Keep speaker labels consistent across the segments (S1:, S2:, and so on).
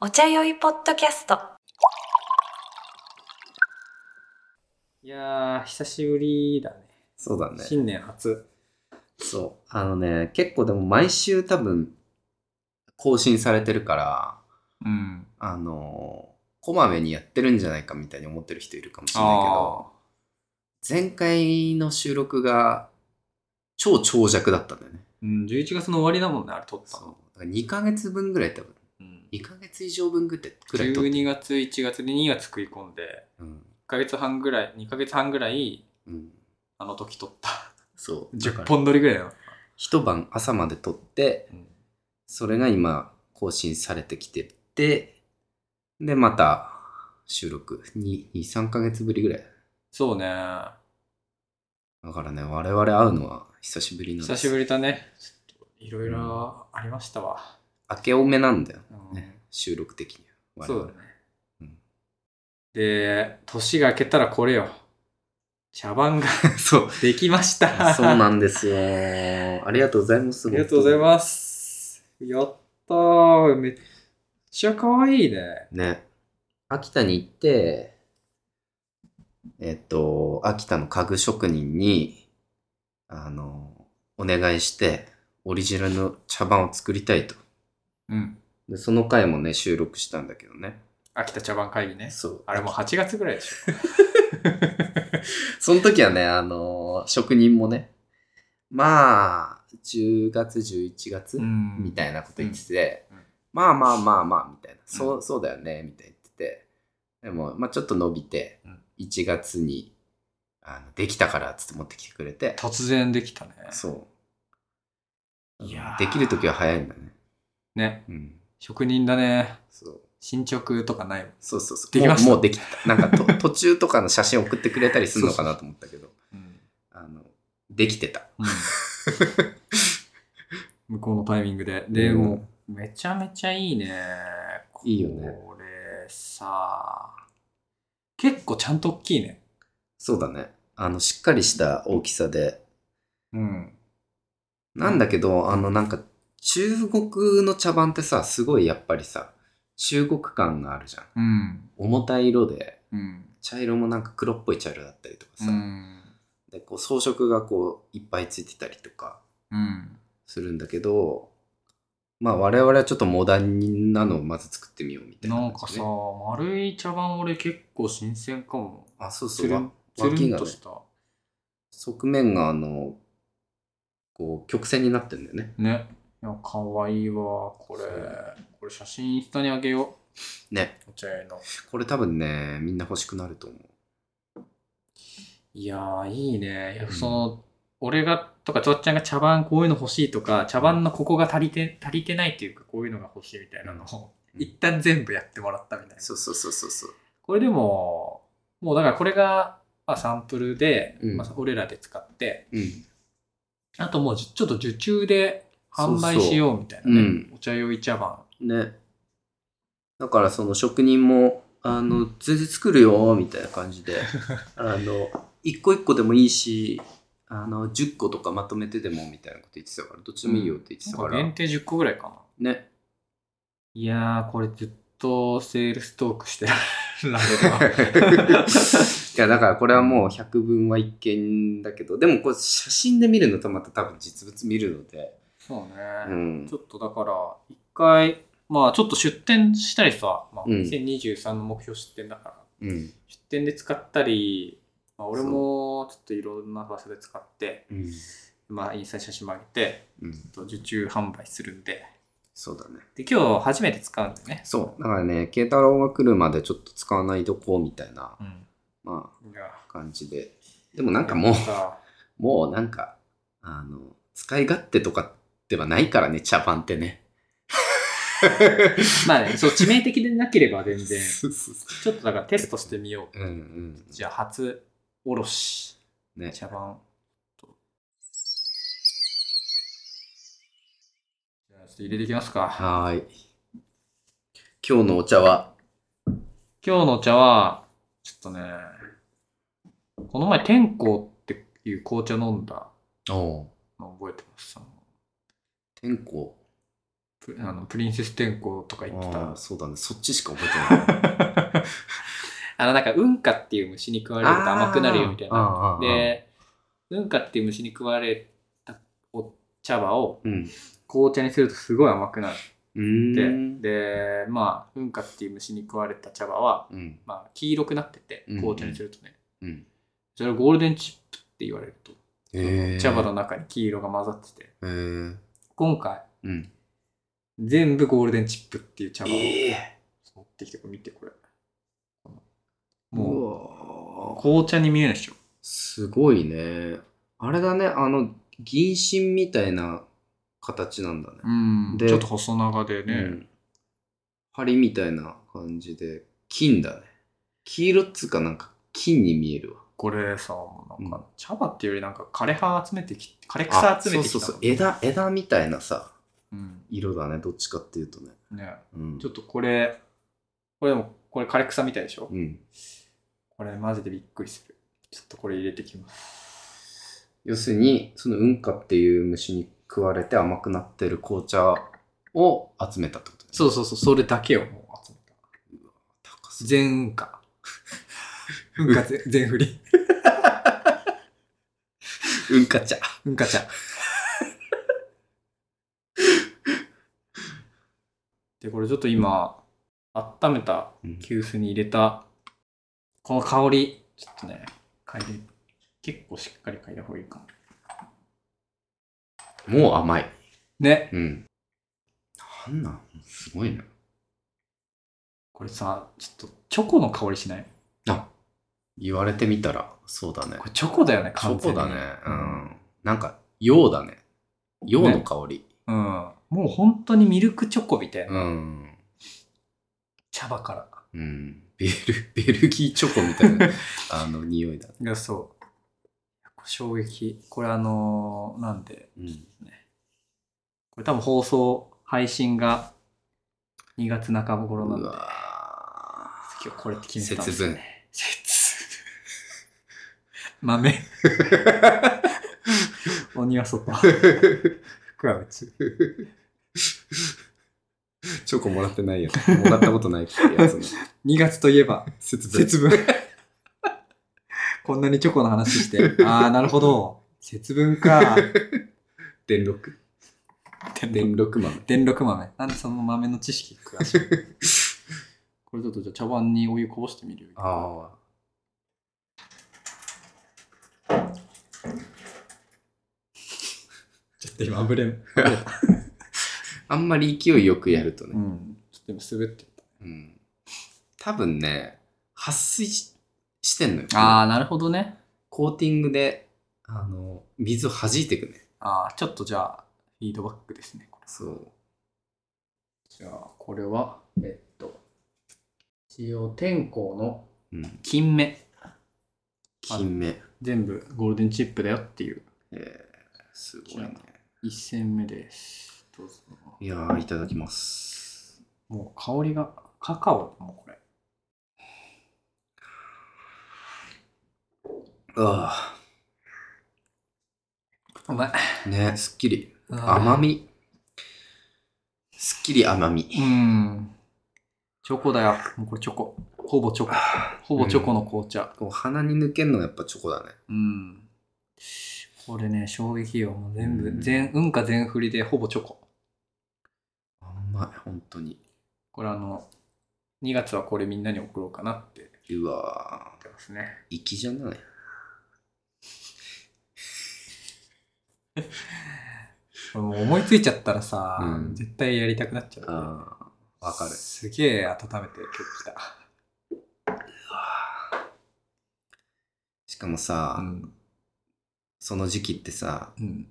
S1: お茶酔いポッドキャスト
S2: いやー、久しぶりだね。
S3: そうだね。
S2: 新年初。
S3: そう。あのね、結構でも毎週多分、更新されてるから、
S2: うん。
S3: あのーこまめにやってるんじゃないかみたいに思ってる人いるかもしれないけど、前回の収録が超長尺だったんだよね。
S2: うん、11月の終わりだもんね、あれ撮った
S3: そ
S2: の。。
S3: うだから2ヶ月分ぐらい多分、
S2: うん
S3: 2ヶ月以上分ぐらいくらい撮って
S2: 12月、1月で2月食い込んで、
S3: うん。
S2: 1ヶ月半ぐらい、2ヶ月半ぐらい、
S3: うん。
S2: あの時撮った。
S3: そう。だか
S2: 10
S3: ら
S2: 本撮りぐらいの。
S3: 一晩朝まで撮って、
S2: うん
S3: それが今更新されてきてて、で、また収録2、2、3ヶ月ぶりぐらい。
S2: そうね。
S3: だからね、我々会うのは久しぶりなんです。
S2: 久しぶりだね。ちょっといろいろありましたわ。
S3: 明けおめなんだよ、
S2: うん
S3: ね。収録的には。我
S2: そ
S3: 々
S2: うだね。
S3: うん
S2: で、年が明けたらこれよ。茶番が
S3: そう。
S2: できました。
S3: そうなんですよ。ありがとうございます。
S2: ありがとうござい
S3: す。
S2: ます。やったー。めっちゃ可愛いね。
S3: ね。秋田に行って、えっと、秋田の家具職人に、あの、お願いして、オリジナルの茶番を作りたいと。
S2: うん。
S3: で、その回もね、収録したんだけどね。
S2: 秋田茶番会議ね。
S3: そう。
S2: あれもう8月ぐらいでしょ。
S3: その時はね、あのー職人もね、まあ、10月、11月、
S2: ん
S3: み
S2: い
S3: たいなこと言ってて、
S2: うんうん
S3: まあまあまあまあ、みたいな、そう、そうだよね、みたいな言ってて、でも、まあちょっと伸びて
S2: うん、
S3: 1月に、あのできたから、つって持ってきてくれて、
S2: 突然できたね。
S3: そう。
S2: いやー
S3: できる時は早いんだね。
S2: ね。
S3: うん。
S2: 職人だね。
S3: そう。
S2: 進捗とかないもん。
S3: そうそうそう。
S2: できました
S3: もうもうできた。なんかと、 途中とかの写真送ってくれたりするのかなと思ったけど、
S2: うん。
S3: あの、できてた。
S2: 向こうのタイミングで。で
S3: うん
S2: も、めちゃめちゃいいね。
S3: いいよね
S2: これさ、結構ちゃんと大きいね。
S3: そうだね。あの、しっかりした大きさで。
S2: うん。
S3: なんだけど、あの、なんか、中国の茶番ってさ、すごいやっぱりさ、中国感があるじゃん。
S2: うん。
S3: 重たい色で、
S2: うん。
S3: 茶色もなんか黒っぽい茶色だったりとかさ、
S2: うん。
S3: で、こう装飾がこう、いっぱいついてたりとか
S2: うん。
S3: するんだけど、まあ我々はちょっとモダンなのをまず作ってみようみたいな
S2: なん
S3: 感
S2: か
S3: じ
S2: さ、
S3: ね、
S2: 丸い茶碗俺結構新鮮かも。
S3: あ、そうそ
S2: つ
S3: う。
S2: る
S3: わ
S2: んつる
S3: 脇
S2: ん
S3: がね
S2: とした。
S3: 側面があの、こう、曲線になってんだよね。
S2: ね。いや、かわいいわ、これ
S3: そう。
S2: これ写真インスタにあげよ
S3: ね。
S2: う。お茶屋の。
S3: これ多分ね、みんな欲しくなると思う。
S2: いやー、いいね。いや
S3: うん
S2: その、俺が、とか、ちょっちゃんが茶番こういうの欲しいとか、茶番のここが足りて、足りてないっていうか、こういうのが欲しいみたいなのを、
S3: うん
S2: 一旦全部やってもらったみたいな。
S3: うそうそうそうそう。
S2: これでも、もうだからこれが、まあ、サンプルで、
S3: うん
S2: まあ、俺らで使って、
S3: うん。
S2: あともうじちょっと受注で販売
S3: そうそう
S2: しようみたいなね。
S3: うん
S2: お茶用い茶番。
S3: ね。だからその職人も、あの、全然作るよ、みたいな感じで、 あの、一個一個でもいいし、あの、10個とかまとめてでも、みたいなこと言ってたから、どっちでもいいよって言っ
S2: な
S3: てた
S2: ん
S3: か、
S2: から限定10個ぐらいかな。
S3: ね。
S2: いやー、これずっとセールストークしてら れるわ
S3: いや、だからこれはもう百分は一見だけど、でもこれ写真で見るのとまた多分実物見るので、
S2: そうね。
S3: うん
S2: ちょ。っとだから、一回、まあちょっと出店したりさ、まあ、
S3: うん
S2: 2023の目標出店だから、
S3: うん。
S2: 出店で使ったり、まあ、俺もちょっといろんな場所で使って、
S3: うん。
S2: まあインスタに写真も上げて、
S3: うん。
S2: ちょっと受注販売するんで。
S3: そうだね。
S2: で、今日初めて使うんだよね。
S3: そう。だからね、慶太郎が来るまでちょっと使わないとこうみたいな、
S2: うん。
S3: ま
S2: いや、
S3: あ、感じで。でもなんかもう、
S2: さ
S3: もうなんか、あの、使い勝手とかではないからね、茶番ってね。
S2: まあね、そう、致命的でなければ全 然、
S3: そうそうそ
S2: ちょっとだからテストしてみよ
S3: ううんうん
S2: う。。じゃあ初おろし、
S3: ね。
S2: 茶番。じゃあちょっと入れていきますか。
S3: はーい。今日のお茶は、
S2: 今日のお茶は、ちょっとね、この前天候っていう紅茶飲んだ
S3: お
S2: の覚えてます。その
S3: 天候。
S2: プあのプリンセス天候とか言って
S3: あ
S2: た
S3: あ、そうだね。そっちしか覚え てない。
S2: あのなんか運化っていう虫に食われると甘くなるよみたいな
S3: な
S2: で運化っていう虫に食われたお茶葉を
S3: うん。
S2: 紅茶にするとすごい甘くなる
S3: う
S2: って、
S3: ん。
S2: でまあ運化っていう虫に食われた茶葉は、
S3: うん。
S2: まあ、黄色くなってて
S3: うんうん
S2: 紅茶にするとね、
S3: うん。
S2: それをゴールデンチップって言われると、
S3: えー
S2: 茶葉の中に黄色が混ざってて
S3: えー
S2: 今回
S3: うん。
S2: 全部ゴールデンチップっていう茶葉を
S3: ええ
S2: 持ってきてこれ見てこれ
S3: ー。
S2: もう
S3: うわー
S2: 紅茶に見えないでしょ
S3: すごいね。あれだね。あの、銀芯みたいな形なんだね。
S2: うん
S3: で
S2: ちょっと細長でね、
S3: うん針みたいな感じで金だね黄色っつうかなんか金に見えるわ
S2: これさなん
S3: うん
S2: か茶葉っていうよりなんか枯れ葉集めてき枯れ草集めてきた
S3: そう
S2: の
S3: そうそう枝枝みたいなさ
S2: うん
S3: 色だねどっちかっていうとね、
S2: ね
S3: うん、
S2: ちょ
S3: っ
S2: っとこれこれでもこれ枯れ草みたいでしょ、
S3: とうん
S2: これマジでびっくりするちょっとこれ入れてきます
S3: 要するにその運河っていう虫に食われて甘くなってる紅茶を集めたってことね
S2: そうそうそうそれだけをもう集めた
S3: 高そう
S2: 全運化運化全全振り
S3: 運河茶
S2: 運化茶 でこれちょっと今温めた
S3: うん
S2: 急須に入れたこの香りちょっとね嗅いで結構しっかり嗅いだ方がいいか
S3: もう甘い
S2: なね
S3: うんなんなんすごいね
S2: これさちょっとチョコの香りしない
S3: あ言われてみたらそうだね
S2: これチョコだよね
S3: チ
S2: 完
S3: ョコ
S2: 全に
S3: だね。うん。なんか、洋だね。洋の香り。
S2: うん、もう本当にミルクチョコみたいな、
S3: うん。
S2: 茶葉から
S3: うん。ベル、 ベルギーチョコみた いな、あの、匂いだね。
S2: いやそう衝撃これあのーなんで
S3: うん。
S2: これ多分放送配信が2月中頃なん
S3: う
S2: で
S3: わ
S2: 今日これって決めてたん
S3: 節
S2: ですよ
S3: 分
S2: ね。節分 豆鬼は外福は内
S3: チョコもらってないやつ。もらったことないやつね。
S2: 2月といえば
S3: 節分。
S2: 節分こんなにチョコの話してああなるほど節分か
S3: 電録。
S2: 電
S3: 電録豆。
S2: 電力豆なんでその豆の知識詳しいこれちょっとじゃあ茶碗にお湯こぼしてみるよ
S3: ああ。
S2: ちょっと今あぶれん
S3: あんまり勢いよくやると
S2: う
S3: ね。
S2: んちょっと今滑って
S3: うん。多分ね、撥水ししてんのよ。
S2: ああなるほどね
S3: コーティングで、あの、水を弾いていくね。
S2: ああちょっとじゃあフィードバックですねこれ
S3: そう。
S2: じゃあこれはえっと一応天候の
S3: うん。
S2: 金目
S3: 金目。
S2: 全部ゴールデンチップだよっていう
S3: えー、すごい
S2: じゃ
S3: ね。
S2: 一戦目ですどうぞ
S3: いやー、いただきます。
S2: もう香りがカカオもうこれ
S3: あ
S2: うまい
S3: あ、ね、すっきり。甘み。すっきり甘み。
S2: うんチョコだよもうこれチョコほぼチョコほぼチョコの紅茶
S3: こう鼻に抜けんのがやっぱチョコだね。
S2: うん、これね衝撃よもう全部、
S3: うん
S2: 全運か全振りでほぼチョコ
S3: 甘い、本当に。
S2: これあの2月はこれみんなに送ろうかなって言っ
S3: うわ
S2: てますね
S3: ー、粋じゃない。
S2: これもう思いついちゃったらさ、
S3: うん
S2: 絶対やりたくなっちゃう、
S3: ああ、わかる。
S2: すげえ温めてきた。
S3: しかもさ、
S2: ん。
S3: その時期ってさ、
S2: うん。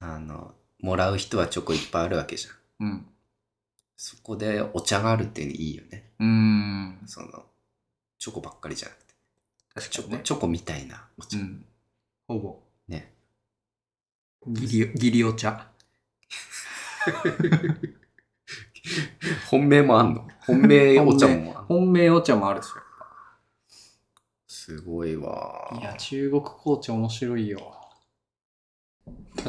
S3: あの、もらう人はチョコいっぱいあるわけじゃん。
S2: うん。
S3: そこでお茶があるっていうのいいよね。
S2: うん。
S3: その、チョコばっかりじゃなくて。
S2: 確
S3: チ
S2: か
S3: ョ
S2: に
S3: コ、
S2: ね。
S3: チョコみたいなお
S2: う
S3: 茶。
S2: ん。ほぼ。
S3: ね。
S2: ギリ、ギリお茶。
S3: 本命もあ んの本命お茶もあんの
S2: 本命お茶もあるです
S3: すごいわ
S2: よ。いや、中国紅茶面白いよ。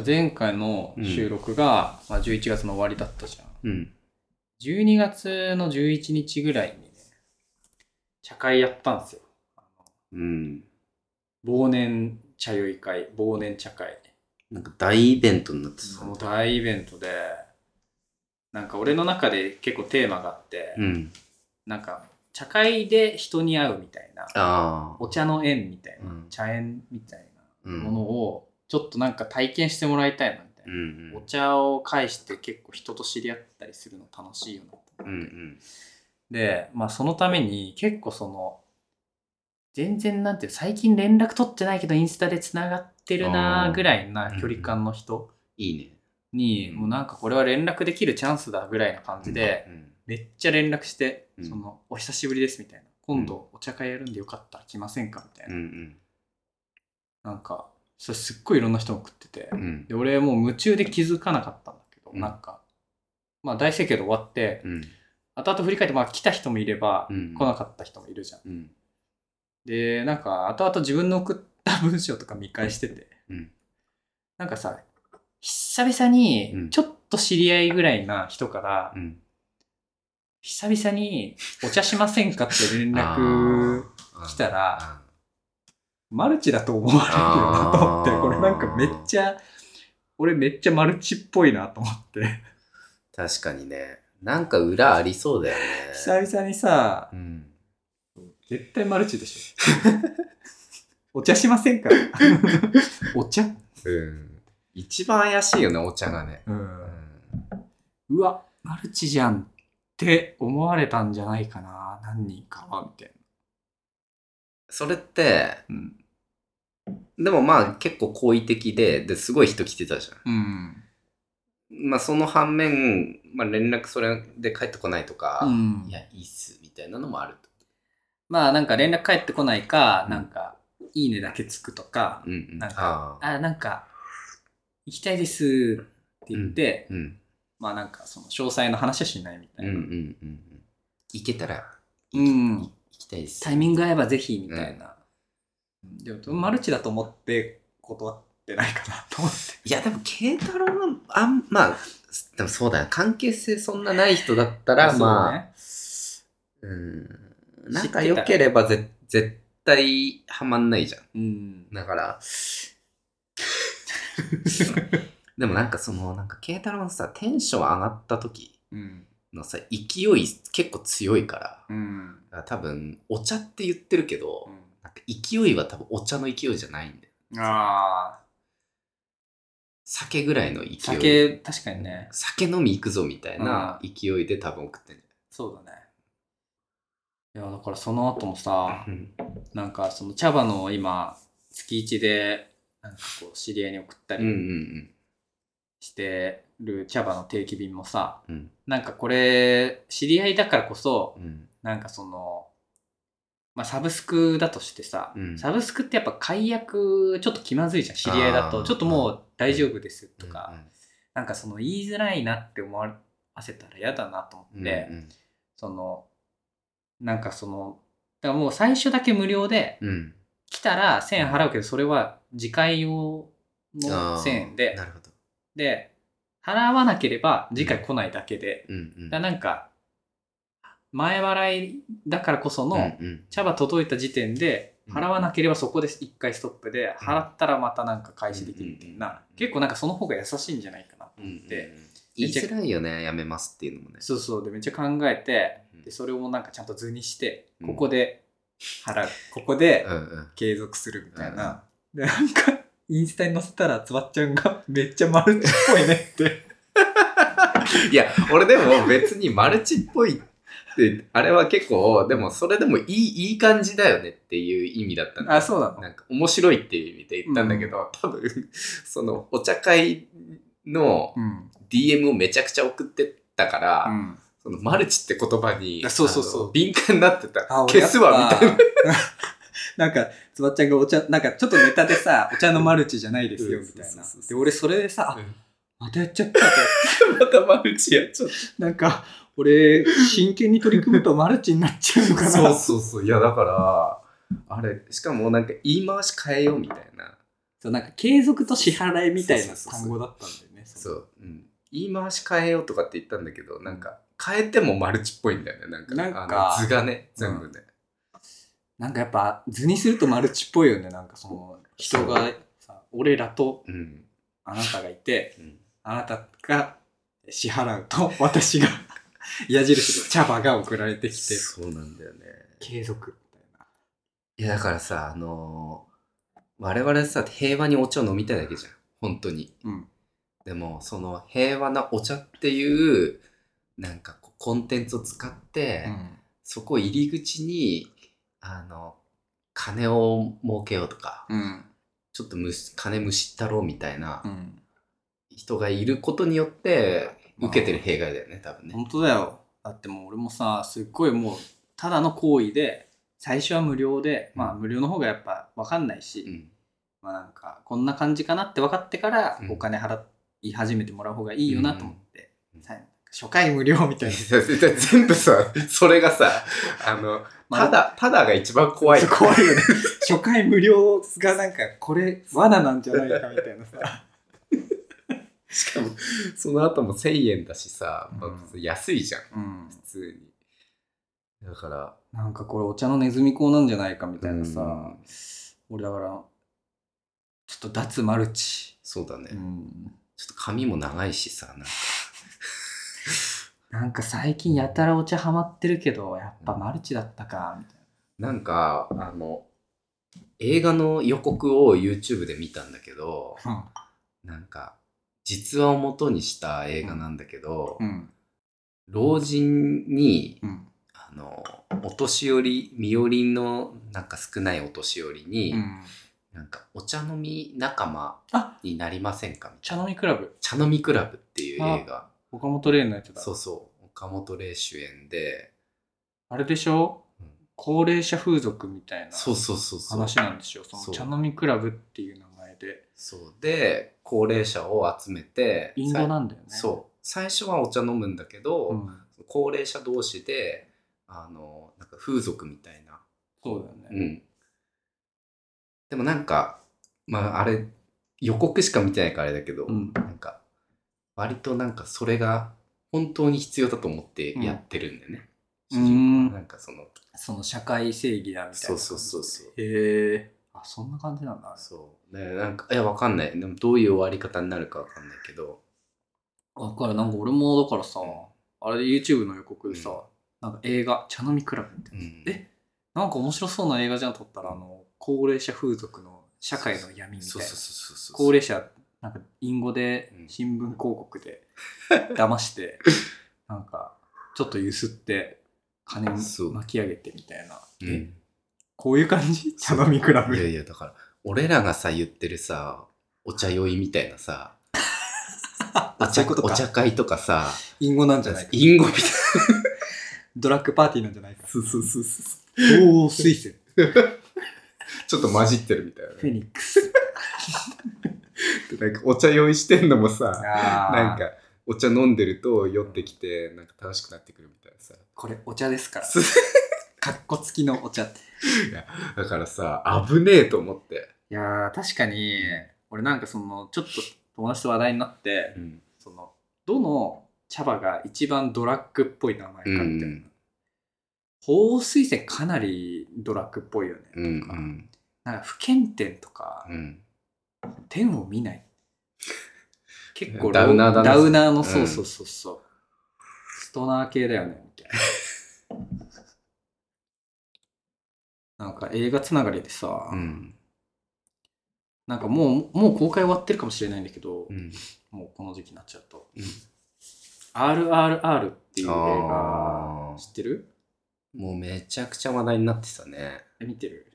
S2: 前回の収録が、まあ、11月の終わりだったじゃん。
S3: うん。
S2: 12月の11日ぐらいにね、茶会やったんですよ。
S3: うん。
S2: 忘年茶酔い会、忘年茶会。
S3: なんか大イベントになってた
S2: もう大イベントで、なんか俺の中で結構テーマがあって、
S3: うん。
S2: なんか茶会で人に会うみたいな、
S3: ああ。
S2: お茶の縁みたいな、
S3: うん
S2: 茶縁みたい
S3: うん
S2: なものをちょっとなんか体験してもらいたいなみたいうな。
S3: ん
S2: お茶を介して結構人と知り合ったりするの楽しいよなと
S3: うん。う
S2: 思って。
S3: ん
S2: で、まあ、そのために結構その全然なんていう最近連絡取ってないけどインスタでつながってるな
S3: あ
S2: ー
S3: ー
S2: ぐらいな距離感の人
S3: いいね。
S2: に、
S3: うん
S2: もうなんかこれは連絡できるチャンスだぐらいな感じで、
S3: うん、
S2: めっちゃ連絡して、
S3: うん
S2: その「お久しぶりです」みたいな「今度お茶会やるんでよかったら来ませんか」みたい
S3: うん
S2: な、
S3: うん
S2: なんかそれすっごいいろんな人も食ってて、
S3: うん
S2: で俺もう夢中で気づかなかったんだけど、
S3: うん
S2: なんかまあ大盛況で終わって、
S3: うん
S2: 後々振り返ってまあ来た人もいれば、
S3: うん
S2: 来なかった人もいるじゃん。
S3: うん
S2: でなんか後々自分の送った文章とか見返してて、
S3: うん
S2: なんかさ久々に
S3: うん
S2: ちょっと知り合いぐらいな人から、
S3: うん
S2: 久々にお茶しませんかって連絡
S3: あー
S2: 来たら
S3: あ
S2: マルチだと思われるよなと思って
S3: あー
S2: これなんかめっちゃ俺めっちゃマルチっぽいなと思って
S3: ー確かにねなんか裏ありそうだよね
S2: 久々にさ
S3: うん
S2: 絶対マルチでしょ お茶しません かお茶、
S3: うん一番怪しいよねお茶がね、
S2: う
S3: うんん、
S2: うわ、マルチじゃんって思われたんじゃないかな、何人かは、みたい
S3: それって
S2: な。うん。
S3: でもまあ結構好意的でですごい人来てたじゃん
S2: うん。
S3: まあその反面、まあ、連絡それで帰ってこないとか、
S2: うん
S3: いやいいっすみたいなのもあると
S2: まあ、なんか連絡返ってこないか、
S3: うん
S2: なんか、いいねだけつくとか、
S3: うんうん
S2: なんか
S3: あ、あ
S2: あ、なんか、行きたいですって言って、
S3: うん
S2: まあなんか、その詳細の話はしないみた
S3: う
S2: い
S3: ん
S2: な。
S3: うんうんうん行けたら
S2: うん
S3: 行きたいです
S2: タイミング合えばぜひ、みたいな。うんでも、マルチだと思って断ってないかなと思って。
S3: いや、でも、慶太郎は、あん、まあ、でもそうだな、関係性そんなない人だったら、
S2: そう
S3: まあ、
S2: ね
S3: うん、なんか良ければぜ、絶対ハマんないじゃん。
S2: うん。
S3: だから、 でもなんかその、なんか慶太郎のさ、テンション上がった時
S2: うん。
S3: のさ、勢い結構強いから、
S2: うん。
S3: だから多分、お茶って言ってるけど、なんか勢いは多分お茶の勢いじゃないんだよ。
S2: ああ、
S3: 酒ぐらいの勢い。
S2: 酒、確かにね。
S3: 酒飲み行くぞみたいな勢いで多分送ってんじ
S2: そうだね。いや、だからその後も
S3: ゃ
S2: さ
S3: な、い、
S2: なんかその茶葉の今、月一で、なんかこう、知り合いに送った
S3: うんうんう
S2: り
S3: ん
S2: してる茶葉の定期便もさ、
S3: うん
S2: なんかこれ、知り合いだからこそ、
S3: うん
S2: なんかその、まあ、サブスクだとしてさ、
S3: うん
S2: サブスクってやっぱ解約ちょっと気まずいじゃん知り合いだ
S3: あ
S2: と
S3: ー
S2: ちょっともう大丈夫ですとか、なんかその言いづらいなって思わせたら嫌だなと思
S3: うんう
S2: っ
S3: ん
S2: て、そのなんかそのだからもう最初だけ無料で
S3: うん
S2: 来たら1000円払うけどそれは次回用の
S3: あー
S2: 1000円で
S3: なるほど
S2: で払わなければ次回来ないだけで、
S3: うんうん
S2: だからなんか前払いだからこその、
S3: うんうん
S2: 茶葉届いた時点で
S3: うん
S2: 払わなければそこで一回ストップで
S3: うん
S2: 払ったらまたなんか開始できるみたい
S3: うん
S2: な
S3: うん
S2: 結構なんかその方が優しいんじゃないかなと
S3: うんうん
S2: 思
S3: う
S2: っ
S3: ん
S2: て
S3: 言いづらいよねやめますっていうのもね
S2: そうそうでめっちゃ考えて
S3: うん
S2: でそれをなんかちゃんと図にして
S3: うん
S2: ここで払うここで
S3: うんうん
S2: 継続するみたいなでなんかインスタに載せたらつばっちゃんがめっちゃマルチっぽいねって
S3: いや俺でも別にマルチっぽいってあれは結構でもそれでもいいいい感じだよねっていう意味だったん
S2: あそうなの
S3: なんか面白いっていう意味で言ったんだけど、多分そのお茶会の
S2: うん
S3: DM をめちゃくちゃ送ってったから、
S2: うん
S3: そのマルチって言葉に
S2: あそうそうそう
S3: あの敏感になってた
S2: あ俺
S3: 消すわみたい
S2: やっぱ なんか、つばっちゃんがお茶、なんかちょっとネタで さ、お茶のマルチじゃないですよ、
S3: うん
S2: みたい
S3: そう
S2: な
S3: そうそう。
S2: で、
S3: そう
S2: 俺それでさ、
S3: な、
S2: あまたやっちゃったと。
S3: またマルチやっちゃっ
S2: なんか、俺、真剣に取り組むとマルチになっちゃうのか
S3: た
S2: な。
S3: そうそうそういやだからあれしかもなんか言い回し変えようみたいな
S2: そうなんか継続と支払いみたいな
S3: そうそうそう
S2: 単語だったんだよね。
S3: そう、うん、言い回し変えようとかって言ったんだけど、なんか、変えてもマルチっぽいんだよね。なんか、
S2: なんか
S3: あの図がね、全部ね。
S2: なんかやっぱ図にするとマルチっぽいよねなんかその人がさ俺らと
S3: うん。
S2: あなたがいて
S3: うん
S2: あなたが支払うと私が矢印で茶葉が送られてきて
S3: そうなんだよね。
S2: 継続みたいない
S3: や、だからさ、あのー我々さ、平和にお茶を飲みたいだけじゃん。本当に。
S2: うん
S3: でも、その平和なお茶っていう、なんかこう、コンテンツを使って、
S2: うん
S3: そこ入り口に、あの、金を儲けようとか、
S2: うん
S3: ちょっとむし金むしったろうみたいな
S2: うん
S3: 人がいることによって、
S2: まあ
S3: 受けてる弊害だよね、多分ね。
S2: 本当だよだってもう俺もさすっごいもうただの行為で最初は無料で、まあ無料の方がやっぱ分かんないし、
S3: うん。
S2: まあなんかこんな感じかなって分かってから
S3: うん
S2: お金払い始めてもらう方がいいよなと思って、
S3: うん
S2: さ初回無料みたいな
S3: 全部さ、それがさ、あの、ただ、ただが一番怖い。
S2: 怖いよね初回無料がなんかこれ罠なんじゃないかみたいなさ
S3: しかも、その後も1000円だしさ、まあ
S2: うん
S3: 別に安いじゃ
S2: う
S3: ん、
S2: ん
S3: 普通に。だから、
S2: なんかこれお茶のネズミ講なんじゃないかみたいなさ、
S3: うん
S2: 俺だからちょっと脱マルチ、
S3: そうだね。
S2: うん、
S3: ちょっと髪も長いしさ、なんか
S2: なんか最近やたらお茶ハマってるけどやっぱマルチだったかみたい
S3: なんか、あの、映画の予告を YouTube で見たんだけど、
S2: な
S3: なんか、実話を元にした映画なんだけど、
S2: うん
S3: 老人に、
S2: うん
S3: あの、お年寄り、身寄りの、なんか少ないお年寄りに、
S2: うん
S3: なんか、お茶飲み仲間
S2: あ
S3: になりませんかみ
S2: 茶
S3: たいな。
S2: 飲みクラブ
S3: 茶飲みクラブっていう映画。
S2: 岡本玲のやつだ
S3: そうそう。岡本玲主演で、
S2: あれでしょ
S3: うん
S2: 高齢者風俗みたいな
S3: そうそうそうそう。
S2: 話なんですよ。そ
S3: そ
S2: の
S3: う
S2: 茶飲みクラブっていう名前で。
S3: そうで、高齢者を集めて、
S2: インドなんだよね。
S3: そう最初はお茶飲むんだけど、
S2: うん。
S3: 高齢者同士であのなんか風俗みたいな、
S2: そうだよね。
S3: うん、でもなんかまああれ予告しか見てないからあれだけど、
S2: うん
S3: なんか割となんかそれが本当に必要だと思ってやってるんだよね、
S2: うん
S3: 主人公
S2: うん
S3: なんかその
S2: その社会正義だみたいな。
S3: そうそうそうそう
S2: へえ。あ、そんな感じなんだ。
S3: そうねなんかいやわかんないでもどういう終わり方になるかわかんないけど
S2: だからなんか俺もだからさ、あれ YouTube の予告でさ、
S3: うん
S2: なんか映画、茶飲みクラブみたいな。
S3: うん
S2: えなんか面白そうな映画じゃん撮ったら、あの、高齢者風俗の社会の闇みた
S3: そ
S2: いな
S3: うそう。そうそうそう
S2: 高齢者、なんか、隠語で
S3: う、ん
S2: 新聞広告 で、騙して、なんか、ちょっとゆすって、金
S3: そう
S2: 巻き上げてみたいな。
S3: う
S2: え
S3: ん
S2: こういう感じ茶飲みクラブ。
S3: いやいや、だから、俺らがさ、言ってるさ、お茶酔いみたいなさ、お
S2: あ、そう
S3: 茶
S2: いうこと
S3: お茶
S2: か。
S3: 会とかさ、
S2: 隠語なんじゃないか。
S3: インゴみたいな。
S2: ドラッグパーティーなんじゃないか。
S3: そうそうそうそ
S2: おお、スイセン。
S3: う。ちょっと混じってるみたい
S2: フェニックス。
S3: な。なんか、お茶酔いしてんのもさ、
S2: な
S3: なん、か、お茶飲んでると酔ってきて、なんか楽しくなってくるみたい なさ。
S2: これお茶ですから。かっこつきのお茶って。
S3: だからさ、危ねえと思って。
S2: いやー、確かに、俺なんかその、ちょっと友達と話題になって、
S3: うん。
S2: そのどの茶葉が一番ドラッグっぽい名前かみたいな、
S3: うんうん
S2: 鳳凰水仙かなりドラッグっぽいよね、
S3: うんうん。
S2: なんか不検点とか、
S3: うん。
S2: 点を見ない結構
S3: ダウナーだね
S2: ダウナーの、
S3: うん
S2: そうそうそうそうストナー系だよねみたいななんか映画つながりでさ、
S3: うん。
S2: なんかもうもう公開終わってるかもしれないんだけど、
S3: うん。
S2: もうこの時期になっちゃうと
S3: うん
S2: 「RRR」っていう映画
S3: あー
S2: 知ってる
S3: もうめちゃくちゃ話題になってたね。
S2: え見てる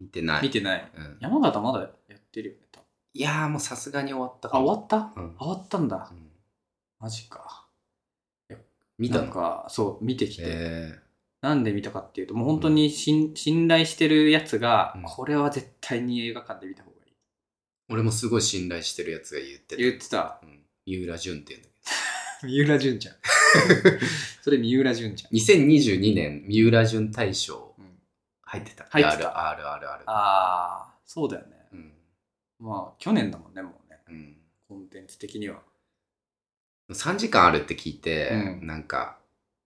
S3: 見てない。
S2: 見てない
S3: うん。
S2: 山形まだやってるよね多分
S3: いやーもうさすがに終わった
S2: あ
S3: かも
S2: 終わった
S3: うん
S2: あ終わったんだ
S3: うん
S2: マジか
S3: 見た
S2: なん
S3: の
S2: かそう見てきて、
S3: えー
S2: なんで見たかっていうともう本当にしん、信頼してるやつが、
S3: うん
S2: これは絶対に映画館で見た方がいい
S3: 俺もすごい信頼してるやつが言ってた
S2: 言ってた
S3: うん、三浦淳って言うんだ
S2: 三浦淳ちゃんそれ三浦淳ちゃん、
S3: けど2022年三浦淳大賞
S2: うん
S3: 入ってた
S2: 入ってた
S3: RRR
S2: ああそうだよね、
S3: うん
S2: まあ去年だもんねもうね
S3: うん
S2: コンテンツ的には
S3: 3時間あるって聞いて、
S2: うん
S3: なんか、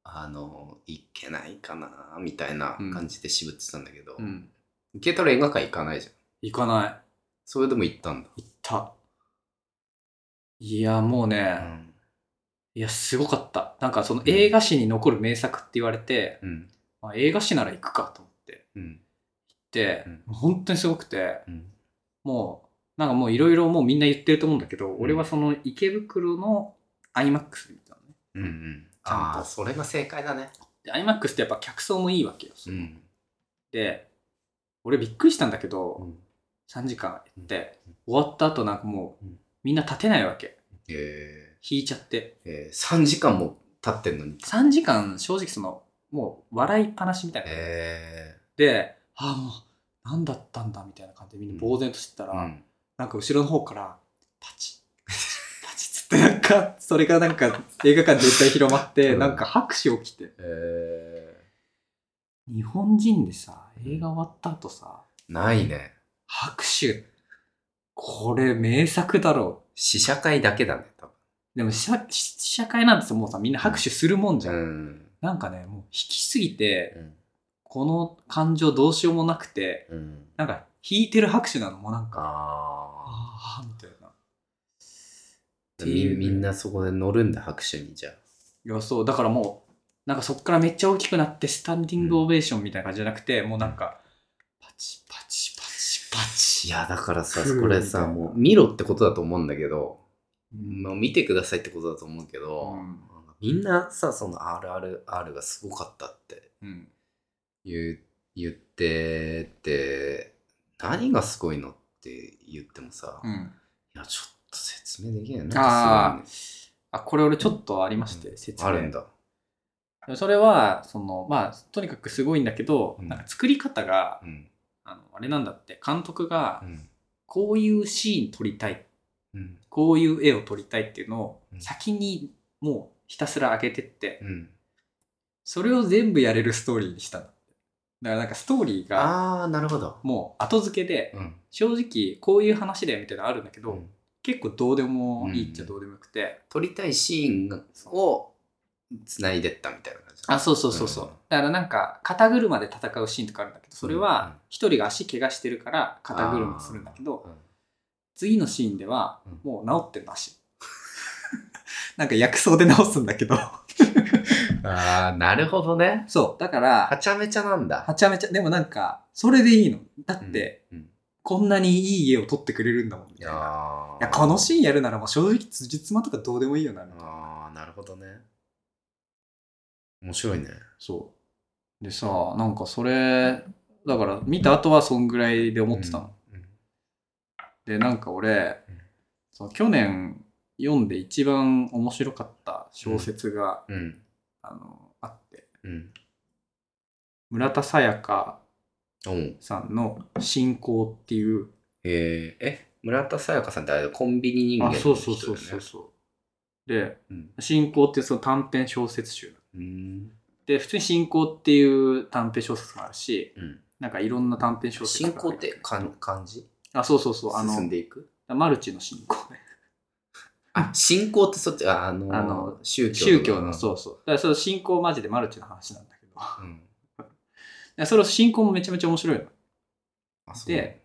S3: あの、いけないかな、みたいな感じで渋ってたんだけど、
S2: うん。
S3: いけたら映画館行かないじゃん。
S2: 行かない。
S3: それでも行ったんだ。
S2: 行った。いや、もうね、
S3: うん。
S2: いや、すごかった。なんかその映画史に残る名作って言われて、
S3: うん。
S2: まあ、映画史なら行くかと思って。
S3: うん。
S2: で、
S3: う
S2: 本当にすごくて、
S3: うん。
S2: もう、なんかもういろいろもうみんな言ってると思うんだけど、俺はその池袋の IMAX みたいなね。
S3: うん。うん。
S2: ちゃんと
S3: ああ、それが正解だね。
S2: で、IMAX ってやっぱ客層もいいわけよ。
S3: ん。
S2: で、俺びっくりしたんだけど、
S3: うん
S2: 3時間行って、
S3: うん
S2: 終わった後なんかもう、
S3: うん
S2: みんな立てないわけ。
S3: え
S2: 引いちゃって。
S3: ー、えー、3時間も経ってんのに。
S2: 3時間正直その、もう笑いっぱなしみたいな。
S3: え
S2: で、ああ、もう、なんだったんだみたいな感じでみんな呆然としてた
S3: ー、
S2: ら、
S3: うん。
S2: なんか後ろの方から、パチッ、パチッつってなんか、それがなんか映画館全体広まって、
S3: うん
S2: なんか拍手起きて。
S3: え
S2: 日本人でさ、映画終わった後さ、
S3: ー、ないね。
S2: 拍手、これ名作だろ
S3: 試写会だけだね、多
S2: う。でも試写試試写会なんてさもうさ、みんな拍手するもんじゃん。
S3: 分。
S2: なんかね、もう引きすぎて、
S3: うん。
S2: この感情どうしようもなくて、
S3: うん。
S2: なんか引いてる拍手なのもなんか、
S3: ああ。
S2: ああ、みたいな。て
S3: み
S2: いう
S3: みんなそこで乗るんだ、拍手に。じゃあ。
S2: いや、そう、だからもう、なんかそっからめっちゃ大きくなって、スタンディングオベーションみたいな感じじゃなくて、もうなんか、パチパチパチパチ。
S3: いや、だからさ
S2: ふ、う
S3: これ
S2: み
S3: さ、
S2: たいな
S3: もう見ろってことだと思うんだけど、
S2: うん、
S3: まあ、見てくださいってことだと思うけど、
S2: うん
S3: みんなさ、その RRR がすごかったって
S2: うん。
S3: 言う言ってて、何がすごいのって言ってもさ、
S2: う
S3: い
S2: ん。
S3: や、ちょっと説明できないな。
S2: あー
S3: すごいね
S2: あ、これ俺ちょっとありまして、
S3: うん
S2: 説明。
S3: あるんだ。
S2: それは、その、まあ、とにかくすごいんだけど、
S3: うん
S2: なんか作り方が
S3: う、ん。
S2: あの、あれなんだって、監督が
S3: う、ん。
S2: こういうシーン撮りたい、
S3: うん。
S2: こういう絵を撮りたいっていうのを
S3: う、ん
S2: 先にもうひたすら上げてって、
S3: うん、
S2: それを全部やれるストーリーにしたんだって。だからなんかストーリーが、
S3: ああ、なるほど。
S2: もう後付けで、
S3: うん。
S2: 正直こういう話だよみたいなのあるんだけど、
S3: うん
S2: 結構どうでもいいっちゃどうでもよくて、
S3: 撮りたいシーンを繋いでったみたいな感じ。
S2: あそうそうそうそう、
S3: うん
S2: だからなんか肩車で戦うシーンとかあるんだけどそれ
S3: うん
S2: は一人が足怪我してるから肩車するんだけど、
S3: うん
S2: 次のシーンでは
S3: うん
S2: もう治ってるの足 なんか薬草で治すんだけ ど
S3: ああ、なるほどね。
S2: そうだか
S3: は
S2: ら
S3: ちゃめちゃなんだ。
S2: はちゃめちゃでもなんかそれでいいのだって、
S3: うん、
S2: こんなにいい絵を撮ってくれるんだもんみ
S3: い
S2: たい
S3: や
S2: な
S3: ー
S2: いやこのシーンやるならもう正直辻褄とかどうでもいいよなみたいな
S3: ああ、なるほどね。面白いね。
S2: そう。でさ、なんかそれ、だから見た後はそんぐらいで思ってたの。
S3: うん。
S2: で、なんか俺
S3: うん、
S2: その去年読んで一番面白かった小説が、
S3: うん。
S2: あのあって、
S3: うん。
S2: 村田沙耶香
S3: おう
S2: さんの「信仰」っていう、
S3: えー、え、村田沙耶香さんってあれコンビニ人間の
S2: あ、
S3: 人
S2: そう
S3: だよ
S2: そう
S3: ね
S2: そうそうそう。で、
S3: うん。
S2: 信仰っていうその短編小説集。
S3: うん。
S2: で、普通に信仰っていう短編小説もあるし、
S3: うん。
S2: なんかいろんな短編小説
S3: 進
S2: が書
S3: 行
S2: い
S3: って
S2: ある
S3: 漢漢字
S2: あ、そうそうそう。あ
S3: 進ん
S2: の、
S3: でいく
S2: マルチの信仰ね。
S3: あ、信仰ってそっち、ああのー、
S2: あの
S3: 宗教
S2: 宗教の、
S3: う。
S2: そうそう。だからその信仰マジでマルチの話なんだけど。 だか
S3: うん。
S2: らそれを信仰もめちゃめちゃ面白いの。
S3: あ、そう。
S2: で、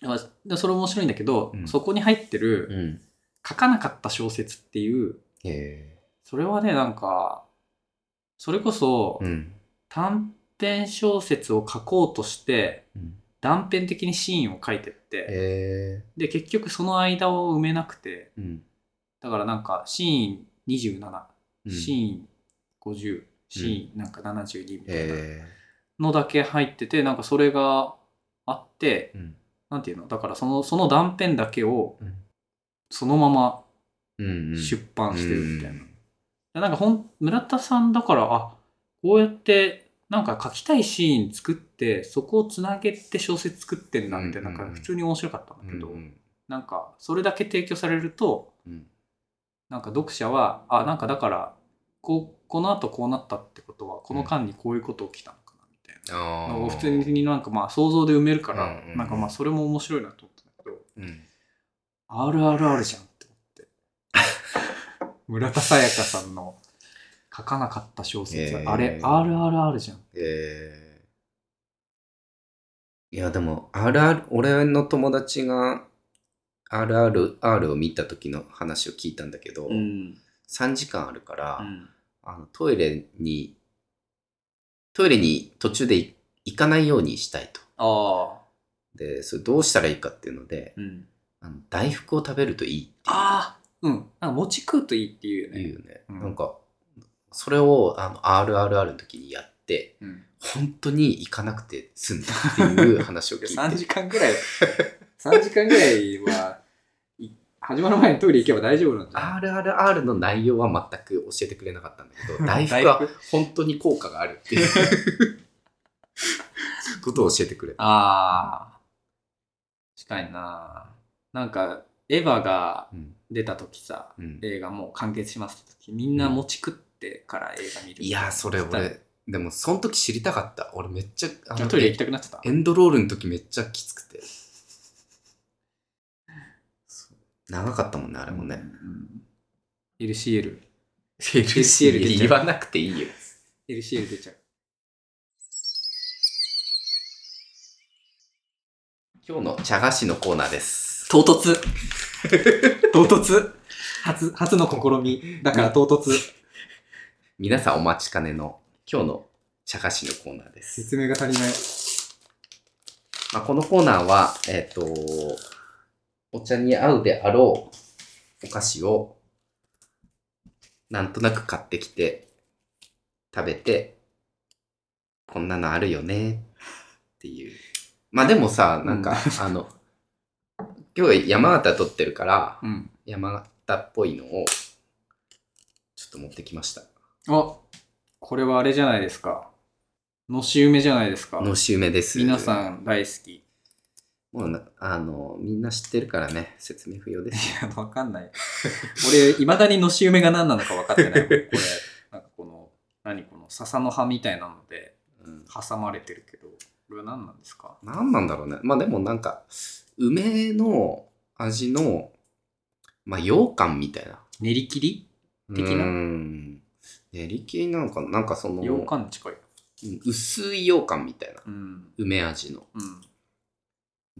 S2: だからだからそれも面白いんだけど、
S3: うん
S2: そこに入って
S3: う
S2: る
S3: ん。
S2: 書かなかった小説っていう、
S3: へえ。
S2: それはね、なんか、それこそ
S3: うん。
S2: 短編小説を書こうとして、
S3: うん
S2: 断片的にシーンを書いてって、
S3: へえ。
S2: で、結局その間を埋めなくて、
S3: うん。
S2: だからなんかシーン27、
S3: うん
S2: シーン50、シーンなんか72みたいな。
S3: へ
S2: のだけ入っててなんかそれがあって
S3: え。うん。
S2: なんていうのだからそのその断片だけを
S3: うん
S2: そのまま
S3: うんうん。
S2: 出版してるみたいな、
S3: うん
S2: でなんかほん村田さんだからあこうやってなんか書きたいシーン作ってそこをつなげて小説作ってんだみたいな
S3: うん
S2: な
S3: うんうん
S2: んか普通に面白かったんだけど、
S3: うん
S2: なんかそれだけ提供されると
S3: うん
S2: なんか読者はあなんかだからこうこの後こうなったってことはこの間にこういうこと起きたのかなみたいな。
S3: あ
S2: の
S3: ー
S2: を普通になんかまあ想像で埋めるから、
S3: うんうんうん
S2: なんかまあそれも面白いなと思ったんだけど
S3: うん
S2: RRR じゃんって思って 村田沙耶香さんの書かなかった小説、
S3: えー
S2: あれ RRR じゃん
S3: えーいやでも RR 俺の友達が RRR を見た時の話を聞いたんだけど、
S2: ん、
S3: 3時間あるから、
S2: うん
S3: あのトイレにトイレに途中でい行かないようにしたいと
S2: ああ
S3: でそれどうしたらいいかっていうので
S2: うん
S3: あの大福を食べるといい
S2: ああうんなんか餅食うといいっていうよ
S3: って
S2: ね
S3: いうね、
S2: うん
S3: なんかそれをあの RRR の時にやって
S2: うん、
S3: 本当に行かなくて済んだっていう話 を聞いて
S2: 3時間ぐらい3時間ぐらいはい 始まる前にトイレ行けば大丈夫なんじゃない
S3: RRR の内容は全く教えてくれなかったんだけ ど大福は本当に効果があるっていうことを教えてくれた。
S2: ああ確かにななんかエヴァが
S3: うん
S2: 出た時さ
S3: うん
S2: 映画もう完結しますって時みんな餅食ってから映画見る
S3: いやーそれ俺でもその時知りたかった俺めっちゃあの
S2: トイレ行きたくなっちゃった
S3: エンドロールの時めっちゃきつくて長かったもんねあれもね、
S2: うん LCL LCL
S3: LCL
S2: 出ちゃう
S3: 言わなくていいよ
S2: LCL 出ちゃう
S3: 今日の茶菓子のコーナーです
S2: 唐突唐突初初の試みだから唐突
S3: 皆さんお待ちかねの今日の茶菓子のコーナーです
S2: 説明が足りない
S3: まあ、このコーナーは、えっ、と、お茶に合うであろうお菓子を、なんとなく買ってきて、食べて、こんなのあるよね、っていう。まあでもさ、なんか、あの、今日山形撮ってるから、
S2: うん
S3: 山形っぽいのを、ちょっと持ってきました。
S2: あこれはあれじゃないですかのし梅じゃないですか
S3: のし梅です。
S2: 皆
S3: ん。
S2: さん大好きい
S3: もうな、あの、みんな知ってるからね、説明不要です。
S2: や わかんない俺いまだにのし梅が何なのか分かって ないもんこれなんかこの何この笹の葉みたいなので
S3: うん
S2: 挟まれてるけどこれは何なんですか
S3: なんなんだろうね。まあでもなんか、梅の味の、まあ羊羹みたいな。
S2: 練り切り的な
S3: うん。練り切りなのかななんかその、
S2: 羊羹に近い
S3: うん薄い羊羹みたいな。
S2: うん
S3: 梅味の。
S2: うん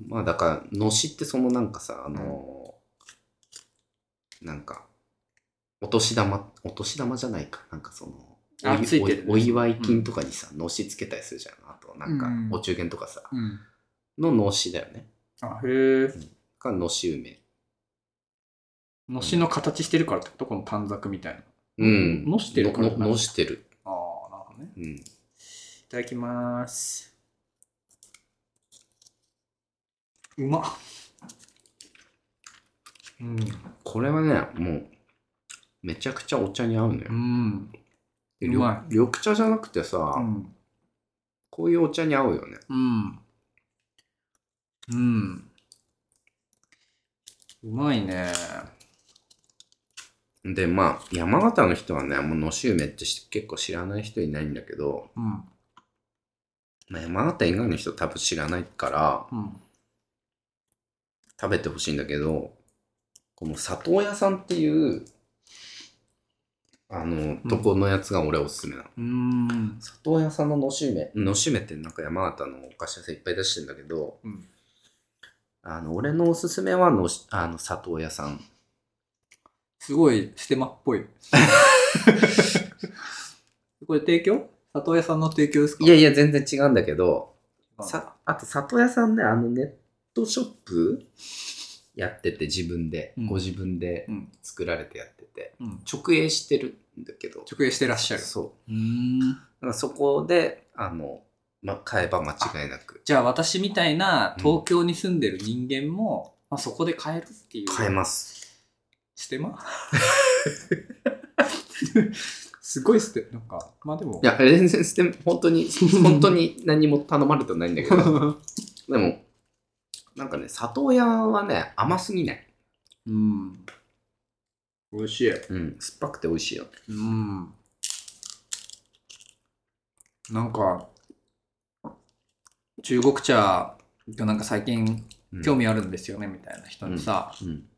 S3: まあだから、のしってそのなんかさ、あのーなんか、お年玉、お年玉じゃないか。なんかその、
S2: あ
S3: おい
S2: ついてるね
S3: おいお祝い金とかにさ、のしつけたりするじゃん。あと、なんか
S2: う、ん
S3: お中元とかさ、
S2: うん
S3: ののしだよね。
S2: あへえ
S3: が、のし梅。
S2: のしの形してるからってことこの短冊みたいな
S3: うん。
S2: のしてるから
S3: のののしてる。
S2: ああなるほどね
S3: うん。
S2: いただきますうまっうん
S3: これはね、もう、めちゃくちゃお茶に合うのよ
S2: う。ん
S3: で
S2: う
S3: 緑
S2: ま
S3: 緑茶じゃなくてさ、
S2: うん
S3: こういうお茶に合うよね。
S2: うんうんうまいね
S3: で、まあ、山形の人はね、もうのし梅って結構知らない人いないんだけど、
S2: うん
S3: まあ、山形以外の人多分知らないから、
S2: うん
S3: 食べてほしいんだけど、この里親さんっていう、あの、とこのやつが俺おすすめなの。
S2: うん
S3: 里親さんののし梅。のし梅ってなんか山形のお菓子屋さんいっぱい出してんだけど、
S2: うん
S3: あの、俺のおすすめはのし、あの、砂糖屋さん。
S2: すごいステマっぽ いこれ提供里親さんの提供ですか
S3: いやいや、全然違うんだけど、
S2: あ
S3: さ、あと砂糖屋さんね、あの、ネットショップやってて、自分で、
S2: うん
S3: ご自分で
S2: うん
S3: 作られてやってて、
S2: うん
S3: 直営してるんだけど、
S2: 直営してらっしゃる
S3: そう
S2: ーん。
S3: う。だからそこで、あの、ま、買えば間違いなく。
S2: じゃあ私みたいな東京に住んでる人間も、まあ、そこで買えるっていう。
S3: 買えます。
S2: 捨て ますごい捨て、なんか、まあでも。
S3: いや、全然捨て、本当 に、本当に何も頼まれてないんだけ ど、でも、なんかね、砂糖屋はね、甘すぎない。
S2: うん。美味しい。
S3: うん、酸っぱくて美味しいよ。
S2: うん。なんか、中国茶がなんか最近
S3: うん
S2: 興味あるんですよね、みたいな人にさ、
S3: うん。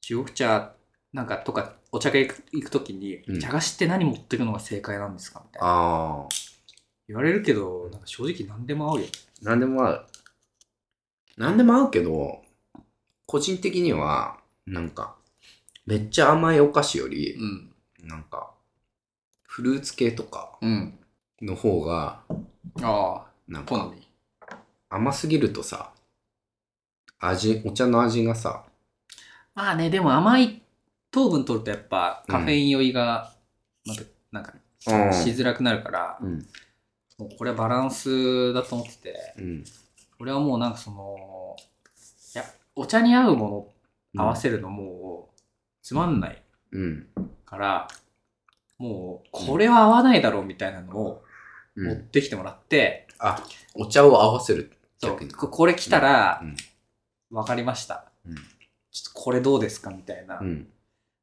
S2: 中国茶なんかとかお茶会行く行く時に、
S3: うん
S2: 茶菓子って何持ってくのが正解なんですかみたいな
S3: ああ。
S2: 言われるけどなんか正直何でも合うよ
S3: なんでも合う。なんでも合うけど、個人的には、なんか、めっちゃ甘いお菓子より、
S2: ん
S3: なんか、フルーツ系とか
S2: うん
S3: の方が、
S2: あ
S3: なん
S2: あ
S3: か、
S2: み
S3: 甘すぎるとさ、味、お茶の味がさ、
S2: まあねでも甘い糖分取るとやっぱカフェイン酔いがまたなんか
S3: うん
S2: しづらくなるから、
S3: うん。
S2: もうこれはバランスだと思ってて
S3: うん。
S2: 俺はもうなんかそのいやお茶に合うもの合わせるのもうつまんない
S3: うん。
S2: から、もうこれは合わないだろうみたいなのを
S3: う
S2: 持っ
S3: ん。
S2: てきてもらって、
S3: あ、お茶を合わせる。
S2: そう
S3: 逆に
S2: ここれ来たら
S3: うん
S2: 分かりました、
S3: うん
S2: ちょっとこれどうですかみたいな
S3: うん。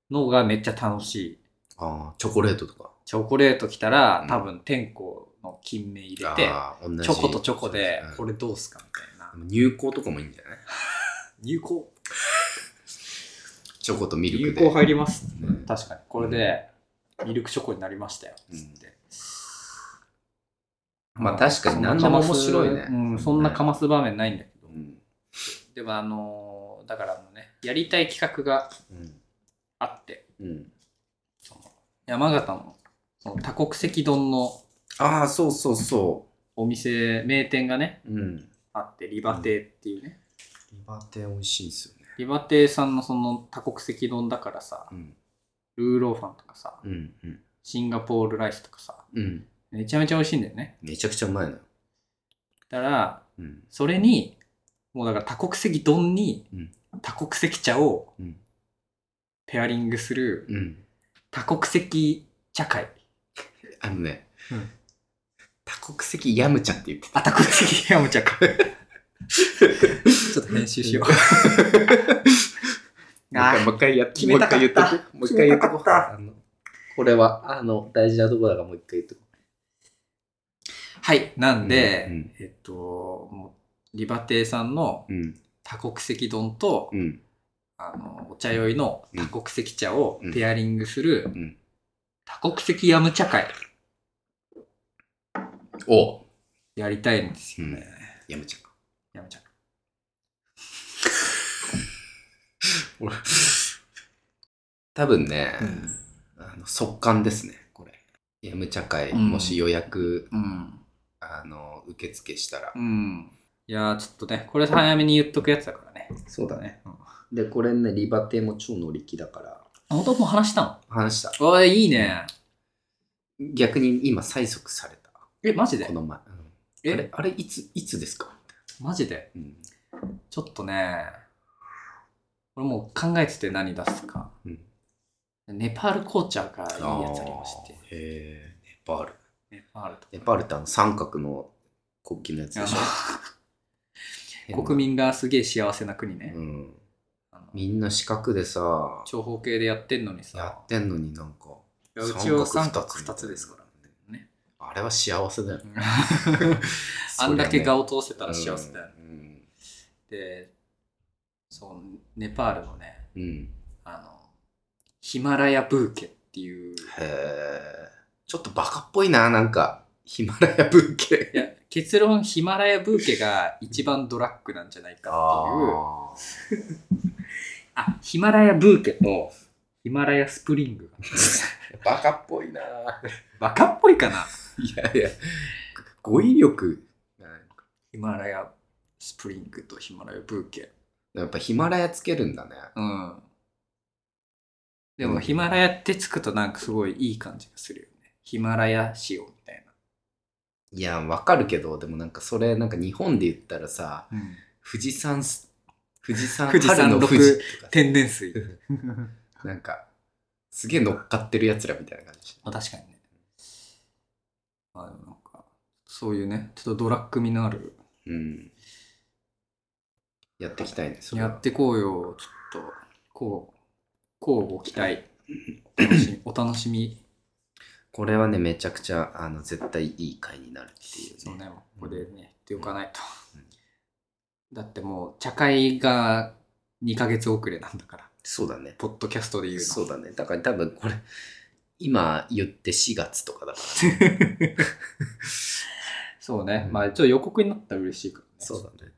S2: のがめっちゃ楽しい。
S3: ああ、チョコレートとか。
S2: チョコレート来たら、
S3: うん
S2: 多分天候の金目入れて、
S3: ああ、同じ。
S2: チョコとチョコで
S3: うん、
S2: これどうすかみたいな。
S3: 入校とかもいいんじゃない
S2: 入稿
S3: チョコとミル
S2: 入
S3: クで。
S2: 稿入ります。
S3: うん
S2: 確かに。これで、ミルクチョコになりましたよ。つって。
S3: まあ確かに何でも面白いね
S2: そんなかますうん、そんなかます場面ないんだけど。
S3: うん
S2: でもあのーだからあのね、やりたい企画が
S3: うん
S2: あって、
S3: うん
S2: その山形のその多国籍丼の
S3: ああ、そうそうそ
S2: お店、名店がね、
S3: う。うん。リ
S2: あって、リバ亭っていうね。
S3: バテ美味しいんですよね。
S2: リバテイさんのその多国籍丼だからさ、
S3: うん。
S2: ルーローファンとかさ、
S3: うん。うん。
S2: シンガポールライスとかさ、
S3: うん。
S2: めちゃめちゃ美味しいんだよね。
S3: めちゃくちゃうまいのよ。
S2: だから、
S3: うん。
S2: それに、もうだから多国籍丼に
S3: うん
S2: 多国籍茶を
S3: うん
S2: ペアリングする
S3: うん。
S2: 多国籍茶会。
S3: あのね、
S2: うん
S3: 多国籍ヤムチャって言って
S2: あ、多国籍ヤム茶 会。ちょっと編集しよう。あ
S3: た。もう一回もう一回やっ
S2: 決めたかった
S3: もう一回言っとこうもう一回言っとこう
S2: 決めたか
S3: あのこれは、あの、大事なとこだからもう一回言っとこ
S2: はい。なんで、
S3: うんうん
S2: えっと、もうリバテイさんの
S3: う。うん。
S2: 多国籍丼と、
S3: うん。
S2: あのお茶酔いの多国籍茶を
S3: うん
S2: ペアリングする、
S3: ん
S2: 多国籍ヤム茶会
S3: お
S2: やりたいんですよね。
S3: ヤムチャ。
S2: ヤム茶会
S3: 多分ね、
S2: うん
S3: あの速乾ですね、これ。ヤムチャ会、
S2: うん
S3: もし予約、
S2: うん。
S3: あの、受付したら
S2: う。ん。いやーちょっとね、これ早めに言っとくやつだからね。
S3: そうだね。
S2: ね。うん、
S3: で、これね、リバテも超乗り気だから、
S2: 本当もう話した
S3: 話した。
S2: のおい、いいね。
S3: 逆に今、催促された。
S2: え、マジで
S3: この前。うん、あれ
S2: え、、
S3: あれいつ、いつですか、
S2: マジで
S3: うん、
S2: ちょっとね、これもう考えてて何出すか。
S3: うん
S2: ネパール紅茶がいいやつありまして。
S3: へえ、ネパール。
S2: ネパールと。
S3: ネパールってあの三角の国旗のやつでしょ。
S2: あの国民がすげえ幸せな国ね。
S3: うん。
S2: あの
S3: みんな四角でさ、
S2: 長方形でやってんのに
S3: や
S2: さ
S3: っ、てんのになんか、
S2: いやうちは三
S3: 三
S2: 角
S3: 角
S2: 二
S3: 二
S2: つ
S3: つ
S2: ですからね。
S3: あれは幸せだよね。
S2: あんだけ
S3: っ
S2: 顔通せたら幸せだよね。
S3: うん。
S2: で、そう、ネパールのね、
S3: うんうん
S2: あの、ヒマラヤブーケっていう、
S3: へえ。ちょっとバカっぽいな、なんか、ヒマラヤ文 系。
S2: いや、結論ヒマラヤブーケが一番ドラッグなんじゃないかっていう、
S3: ああ。
S2: あ、ヒマラヤブーケとヒマラヤスプリングが。
S3: バカっぽいな。い
S2: バカっぽいかな
S3: やいや、語彙力。
S2: ヒマラヤスプリングとヒマラヤブーケ。
S3: やっぱヒマラヤつけるんだね。
S2: うん。でも、ヒマラヤってつくとなんかすごいいい感じがするよね。ヒマラヤ塩みたい
S3: いや、わかるけど、でもなんかそれ、なんか日本で言ったらさ、
S2: な。
S3: 富士山す、富士山、
S2: 富士山
S3: 春の富士とか、
S2: 天然 水。
S3: なんか、すげえ乗っかってるやつらみたいな感じ。
S2: まあ確かにね。まあでもなんか、そういうね、ちょっとドラッグ味のある。
S3: うん。やっていきたいね、それ
S2: や
S3: は
S2: ってこうよ、ちょっと、こう、こうご期待。お楽しみお楽しみ。
S3: これはね、めちゃくちゃ、あの、絶対いい回になるっていう、
S2: そうね、もうここでね、言っておかないと
S3: うん。
S2: だってもう、茶会が2ヶ月遅れなんだから。
S3: そうだね。
S2: ポッドキャストで言うの。
S3: そうだね。だから多分これ、今言って4月とかだから。
S2: そうね。
S3: うん
S2: まあ、ちょっと予告になったら嬉しいからね。
S3: そうだね。